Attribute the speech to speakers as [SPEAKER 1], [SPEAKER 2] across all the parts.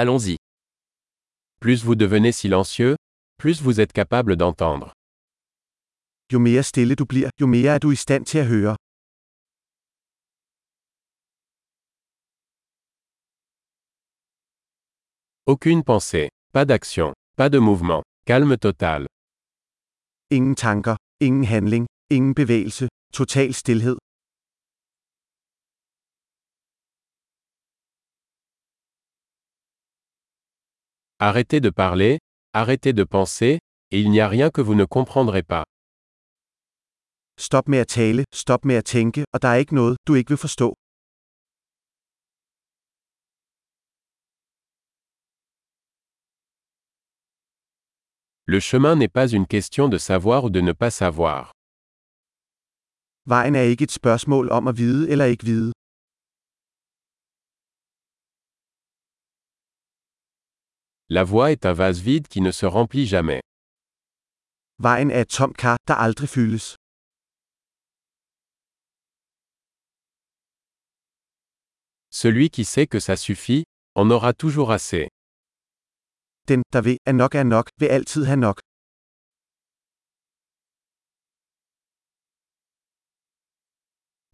[SPEAKER 1] Allons-y. Plus vous devenez silencieux, plus vous êtes capable d'entendre.
[SPEAKER 2] Jo mere stille du bliver, jo mere er du i stand til at høre.
[SPEAKER 1] Aucune pensée, pas d'action, pas de mouvement, calme total.
[SPEAKER 2] Ingen tanker, ingen handling, ingen bevægelse, total stilhed.
[SPEAKER 1] Arrêtez de parler, arrêtez de penser, et il n'y a rien que vous ne comprendrez pas.
[SPEAKER 2] Stop med at tale, stop med at tænke, og der er ikke noget, du ikke vil forstå.
[SPEAKER 1] Le chemin n'est pas une question de savoir ou de ne pas savoir.
[SPEAKER 2] Vejen er ikke et spørgsmål om at vide eller ikke vide.
[SPEAKER 1] La voie est un vase vide qui ne se remplit jamais.
[SPEAKER 2] Vejen er et tomt kar, der aldrig fyldes.
[SPEAKER 1] Celui qui sait que ça suffit, en aura toujours assez.
[SPEAKER 2] Den, der ved, at nok er nok, vil altid have nok.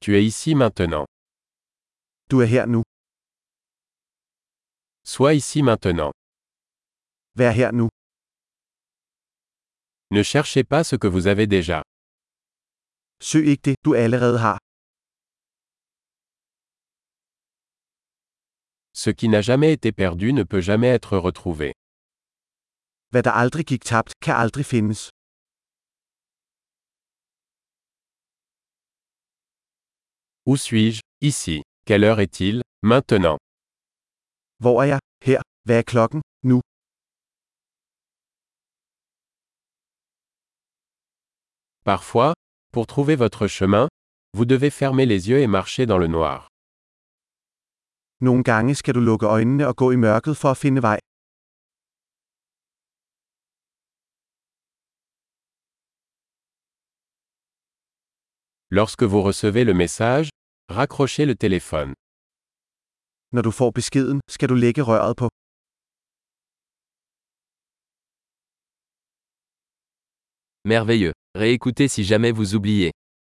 [SPEAKER 1] Tu es ici maintenant.
[SPEAKER 2] Du er her nu.
[SPEAKER 1] Sois ici maintenant.
[SPEAKER 2] Vær her nu.
[SPEAKER 1] Ne cherchez pas ce que vous avez déjà.
[SPEAKER 2] Søg ikke det, du allerede har.
[SPEAKER 1] Ce qui n'a jamais été perdu ne peut jamais être retrouvé.
[SPEAKER 2] Hvad der aldrig gik tabt, kan aldrig findes.
[SPEAKER 1] Où suis-je Ici. Quelle heure est-il Maintenant.
[SPEAKER 2] Hvor er jeg? Her. Hvad er klokken? Nu.
[SPEAKER 1] Parfois, pour trouver votre chemin, vous devez fermer les yeux et marcher dans le noir.
[SPEAKER 2] Nogle gange skal du lukke øjnene og gå i mørket for at finde vej.
[SPEAKER 1] Lorsque vous recevez le message, raccrochez le téléphone.
[SPEAKER 2] Når du får beskeden, skal du lægge røret på.
[SPEAKER 3] Merveilleux. Réécoutez si jamais vous oubliez.